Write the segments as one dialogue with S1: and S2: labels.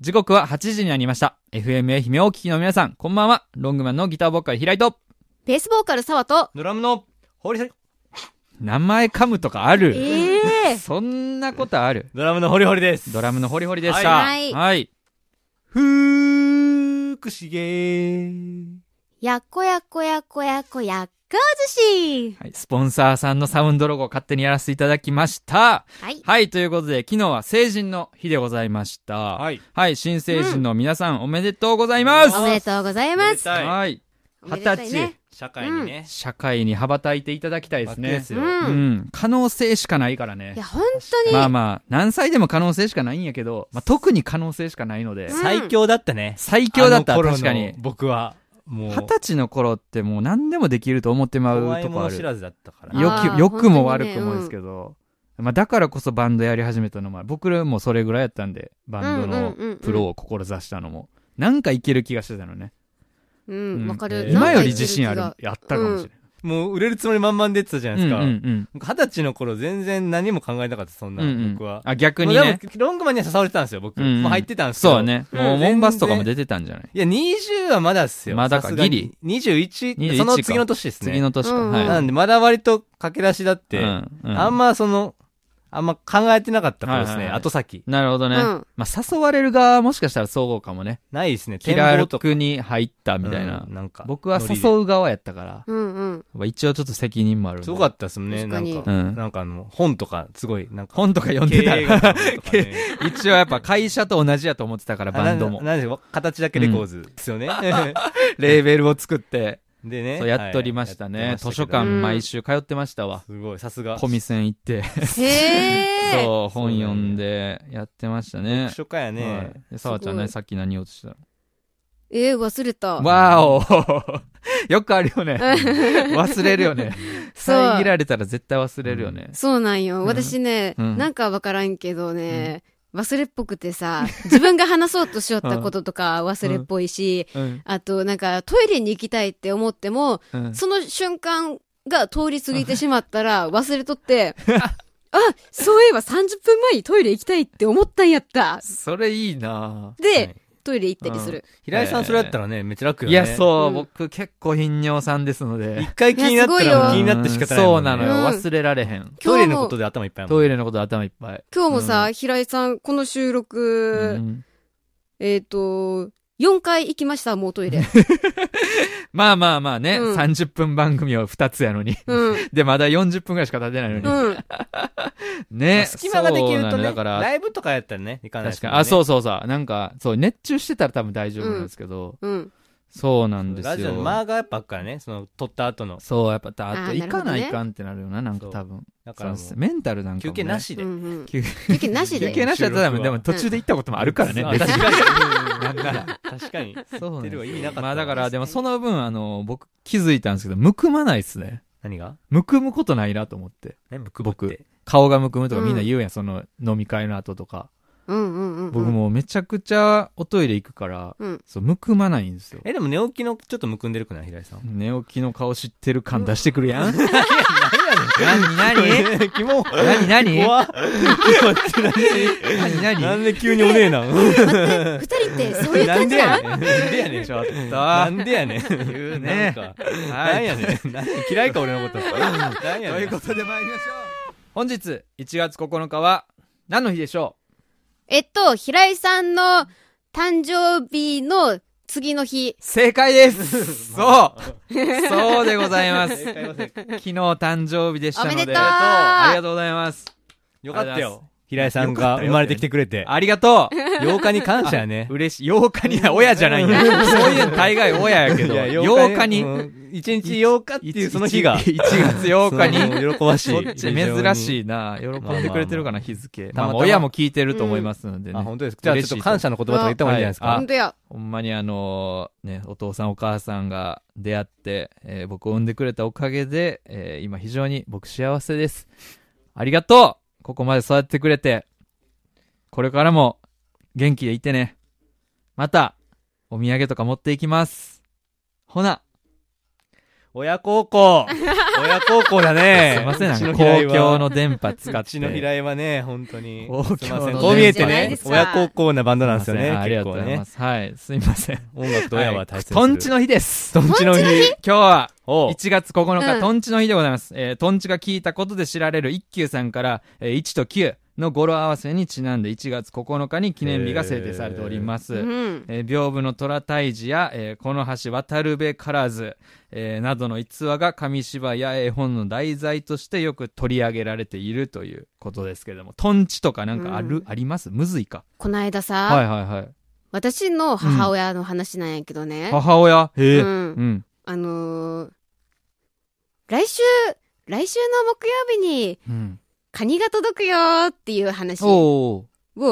S1: 時刻は8時になりました。FM 愛媛をお聞きの皆さん、こんばんは。ロングマンのギターボーカル、平井と。
S2: ベースボーカル沢と、
S3: ドラムの堀堀
S1: 名前噛むとかある。
S2: ええ
S1: そんなことある。
S3: ドラムの堀堀です
S1: ドラムのホリホリでした。
S2: はい
S1: はい。
S3: ふーくしげー
S2: やっこやっこやっこやっこやっこ寿司
S1: はいスポンサーさんのサウンドロゴを勝手にやらせていただきました。
S2: はい。
S1: はい、ということで、昨日は成人の日でございました。はい。
S3: い
S1: 新成人の皆さん、おめでとうございます。
S2: おめでとうございます。
S3: めでたい
S1: はい。
S2: お
S1: 二十
S2: めでたい
S1: 歳、
S2: ね。
S3: 社会にね、
S1: 社会に羽ばたいていただきたいです
S3: バック
S1: ね
S3: で。す
S2: う。
S3: よ
S1: うんん。可能性しかないから
S2: い
S1: ね
S2: や、。本当に、
S1: まあまあ、何歳でも可能性しかないんやけど、まあ特に可能性しかないので
S2: うん、
S3: 最強だったね
S1: 最強だった、
S3: あの頃の
S1: 確かに。
S3: 僕はもう
S1: 二十歳の頃ってもう何でもできると思ってま
S3: 怖
S1: う
S3: い
S1: と
S3: も
S1: こあ
S3: の
S1: る
S3: 知。らずだったから
S1: よ
S2: あー
S1: き良くも
S2: 本当
S1: 悪
S2: にね
S1: くもですけど、まあ、だからこそバンドやり始めたのもある僕らもそれぐらいやったんでバンドのプロを志したのも、なんかいける気がしてたのね、
S2: う
S1: うん
S2: ん、わかる。
S3: えー
S1: 今より自信ある
S2: なんか
S1: やったかもしれない、
S3: もう売れるつもり満々で言ってたじゃないです
S1: う
S3: か
S1: んうん
S3: 僕二十歳の頃全然何も考えなかったそん
S1: う
S3: なん
S1: うんうん
S3: 僕は
S1: あ逆に
S3: まあ
S1: ね
S3: でもロングマンには誘われてたんですよ僕
S1: うんうん
S3: もう入ってたんですけど
S1: そうね、
S2: うん
S1: もう
S2: 全
S1: モ
S3: 然
S1: ンバスとかも出てたんじゃない
S3: いや20はまだっすよ
S1: まだか
S3: さすがに
S1: ギリ
S3: 21
S1: 21
S3: その次の年ですね
S1: 次の年か、
S2: うん
S1: はい
S3: なんでまだ割と駆け出しだって、
S1: うんうん
S3: あんまその、あんま考えてなかったからですね、
S1: はいはいはい
S3: 後先。
S1: なるほどね、
S2: うん
S1: まあ、誘われる側はもしかしたらそうかもね
S3: ないですね、
S1: キラ
S3: 展
S1: ー
S3: 望とか
S1: クに入ったみたいな、
S3: うんなんか。
S1: 僕は
S3: う。
S1: 誘う側やったから
S2: うん うん。
S1: まあ一応ちょっと責任もあるんです
S3: ごかったですもんね、
S2: 確
S3: な
S2: かに
S3: んか。
S1: うん
S3: なんかあの、本とか、すごい、なん か。
S1: 本とか読んでた
S3: 経営
S1: ら
S3: 学の本とかね
S1: 一応やっぱ会社と同じやと思ってたから
S3: あ
S1: バンドも
S3: ななんでしょう形だけレコーズです よね。
S1: レーベルを作って
S3: でね。
S1: そうやっとりました
S3: はい
S1: ね、
S3: やって
S1: 図書
S3: ましたけど
S1: 館毎週通ってましたわ
S3: すごい、さすが。
S1: コミセン行って
S2: へえ。
S1: そう本読んでやってましたね
S3: 読書家やね。
S1: はいでさわちゃん
S2: すご
S1: ね
S2: い
S1: さっき何をしてた
S2: ええ、忘れた
S1: の。わーお よくある よね忘れるよね
S2: そう
S1: 遮られたら絶対忘れるよね、
S2: そうなんよ。
S1: ん
S2: 私ね、
S1: うん
S2: なんかわからんけどね、忘れっぽくてさ、 自分が話そうとしよったこととか忘れっぽいし、
S1: うん
S2: あとなんかトイレに行きたいって思っても、
S1: うん
S2: その瞬間が通り過ぎてしまった ら忘れとって、 あ、そういえば30分前にトイレ行きたいって思ったんやった。
S1: それいいな
S2: で、
S3: はい
S2: トイレ行ったりする。
S3: 平井さんそれやったらね、めっちゃ楽よ
S1: い
S3: ね。
S1: やそう、
S2: うん
S1: 僕結構頻尿さんですので
S3: 一回気になった
S2: いやすごい
S3: ら
S2: よ
S3: 気になって仕方ないもんね。
S1: そうなのよ、
S2: うん
S1: 忘れられへん
S3: トイレのことで頭いっぱいやもん
S1: トイレのこと頭いっぱい、
S2: 今日もさ、平井さん、この収
S1: う
S2: 録、
S1: ん
S2: えっ、と、4回行きました、もうトイ レ。
S1: まあまあまあね、
S2: うん
S1: 30分番組は2つやのに
S2: うん。
S1: でまだ40分ぐらいしか経てないのに、
S2: うん。
S1: ね
S3: 隙間ができる
S1: そ
S3: と
S1: うなの
S3: ね、
S1: だから
S3: ライブとかやったらね、行かないで
S1: 確
S3: す
S1: か
S3: もん
S1: に、
S3: ね
S1: あそうそうそうなんかそう熱中してたら多分大丈夫なんですけど、
S2: うん。
S1: そうなんですよ
S3: ラジオの間がやっぱあっからね、その、撮った後の。
S1: そうやっぱだ
S2: あ
S1: あと
S2: ー
S1: 行か
S2: な
S1: な
S2: るほど
S1: い
S2: ね
S1: かんってなるよななんか多分
S3: だからも
S1: そう
S3: う、
S1: メンタルなんか
S3: 休
S1: も、ね、
S3: 憩なしで。
S2: うんうん
S1: 休
S2: 休憩なし
S1: 休
S2: で。
S1: 憩なしだったらダメでも途中で行ったこともあるからね、
S3: そう
S1: 別
S3: 確
S1: に
S3: かに。なんなら。確かに。
S1: そうなんです
S3: 出る
S1: よ
S3: は意味なかった。
S1: まあだからでも
S2: 確か
S1: そ
S2: に
S1: の分あの僕気づいたんですけどむくまないっすね
S3: 何が
S1: むくむことないなと思って
S3: ね、むくむって。
S1: 顔がむくむとか
S2: うん
S1: みんな言うやん、その飲み会の後とか、
S2: うんうんうんうん。
S1: 僕。もうめちゃくちゃおトイレ行くから、
S2: うん。
S1: そうむくまないんですよ
S3: え、でも寝起きのちょっとむくんでるくない平井さん。
S1: 寝起きの顔知ってる感出してくるやん何
S3: な
S1: 何何
S3: にキモ
S1: 何何
S3: 怖っ
S1: 何何
S3: なんで急におねえなん
S2: 二人ってそういう
S3: な
S2: 感
S3: ん
S2: じ
S3: で
S2: な
S3: や
S2: ん
S3: ねん。なんでやねん。
S1: ちょっと
S3: なんでやねん。
S1: 言うね
S3: なんか
S1: は
S3: なんやねん。なんで嫌いか俺のこと。なんや
S1: とい
S3: ね。
S1: うんことで参りましょう本日1月9日は何の日でしょ
S2: えっと、平井さんの誕生日の次の日
S1: う。正解ですそうそうでござい ます
S3: 正解は正解
S1: 昨日誕生日でしたので
S2: おめでとう
S1: ありがとうございます
S3: よかった
S1: ありがとうござい
S3: よ。平井さんが生まれてきてくれて。
S1: ありがとう
S3: 8日に感謝やね。
S1: 嬉しい。8日には親じゃないんだ。そういうの大概親やけど、
S3: いや
S1: 8日に、
S3: うん一日8日っていうその日が。
S1: 1月8日に、
S3: に。喜ばしい。
S1: そっち珍し
S3: い。
S1: いな。喜んでくれてるかな、日付。
S3: たま
S1: まあ
S3: たま
S1: 親も聞いてると思いますので
S3: あ、
S1: ね。
S3: 本当ですか。じゃあちょっと感謝の言葉とか言った方がいいんじゃないです
S1: あ
S2: ほ
S3: か
S2: ん。とや。
S1: ほんまにあの、ね、お父さんお母さんが出会って、えー僕を産んでくれたおかげで、えー今非常に僕幸せです。ありがとうここまで育ってくれて、これからも元気でいてね。また、お土産とか持っていきます。ほな。
S3: 親孝 行親孝行だね。
S1: すいません、なん
S3: う
S1: か
S3: ち平井
S1: 公
S3: は
S1: 共の電波使っ
S3: うちの
S1: て。
S3: 平井はね、本当に。
S1: 公共の
S3: すいません。
S1: ね
S3: こう見えて
S2: じゃないで
S3: ね
S2: す、か
S3: 親孝行なバンドなんですよ
S1: すい
S3: ね
S1: ませ。ありがとう
S3: 結構
S1: ござい
S3: ね
S1: ま。す。はい、すいません。
S3: 音楽と親は大 切
S1: トンチ
S3: の
S1: の日です。
S3: トンチの日。
S1: 今日は
S3: おう
S1: 1月9日、
S2: うん
S1: トンチの日でございます。えートンチが聞いたことで知られる一休さんから、えー1と9の語呂合わせにちなんで1月9日に記念日が制定されております。
S2: うん。
S1: えー屏風の虎退治や、えーこの橋渡るべからず、えーなどの逸話が紙芝居や絵本の題材としてよく取り上げられているということですけども、トンチとかなんかある、
S2: うん
S1: ありますむずいか。
S2: こないださ、
S1: はいはいはい。
S2: 私の母親の話なんやけどね。
S1: 母親。へえ。
S2: う。
S1: うんん。
S2: あのー来週、来週の木曜日に
S1: うん。
S2: カニが届くよーっていう話を
S1: お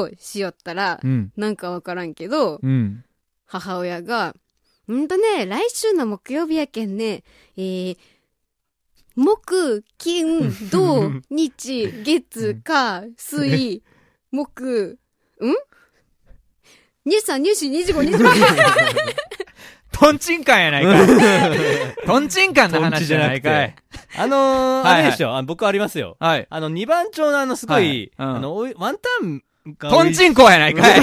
S1: ー
S2: しよったら、
S1: うん。
S2: なんかわからんけど、
S1: うん。
S2: 母親が、んーとね、来週の木曜日やけんね、えー、木、 金、土、日、月、火、水、木、ん ?23、24、25、26、
S1: トンチンカンやないかい。トンチンカンの話じゃないかい。
S3: あのー、
S1: はいはい
S3: あれでしょあ僕ありますよ。
S1: はい。
S3: あの、二番町のあの、すご
S1: はいい、うん
S3: あの、おいワンタンが
S1: トンチンコやないかい。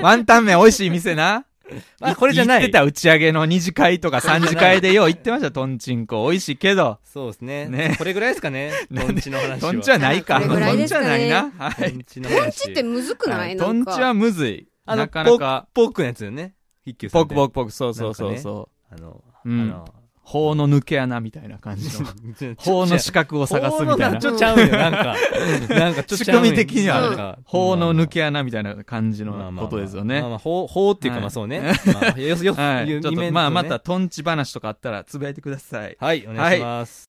S1: ワンタン麺美味しい店な。
S3: あこれじゃない
S1: 行ってた打ち上げの2次会とか3次会でよう行ってました、トンチンコ。美味しいけど。
S3: そうですね。
S1: ね
S3: これぐらいですかね。
S1: なん
S3: ト
S1: で
S3: ンチの話は。
S1: トンチはないか。
S2: こ
S1: ト
S2: れ
S1: ン
S2: ぐらいで
S1: チ
S2: す
S1: は
S2: かね
S1: ないな。は
S3: ト
S1: い
S3: ン。チの話。
S2: ちってむずくない、
S1: はい
S2: な
S1: ト
S2: ん
S1: ン
S2: か。
S1: チはむずい。
S3: あの、
S1: なかなか。
S3: ポークポークのやつよね。一休さん
S1: ポク
S3: ね
S1: ポクポク、そうそうそうそ
S3: あの、
S1: う。う
S3: あ
S1: ん。
S3: の、
S1: 法の抜け穴みたいな感じの。法の資格を探すみたいな
S3: ち。ょちゃうよ、なんか。なんかちょ
S1: 仕
S3: ちゃうよ
S1: 組み的に
S2: う
S1: は
S2: ん
S1: なんか、法の抜け穴みたいな感じのことですよね。
S3: まあまあ、法、法っていうか、
S1: はい
S3: まあそうね。まあよよ
S1: はい、ちょっ
S3: イベント
S1: と
S3: ね
S1: まあまたトンチ話とかあったらつぶやいてください。
S3: はい、お願いします。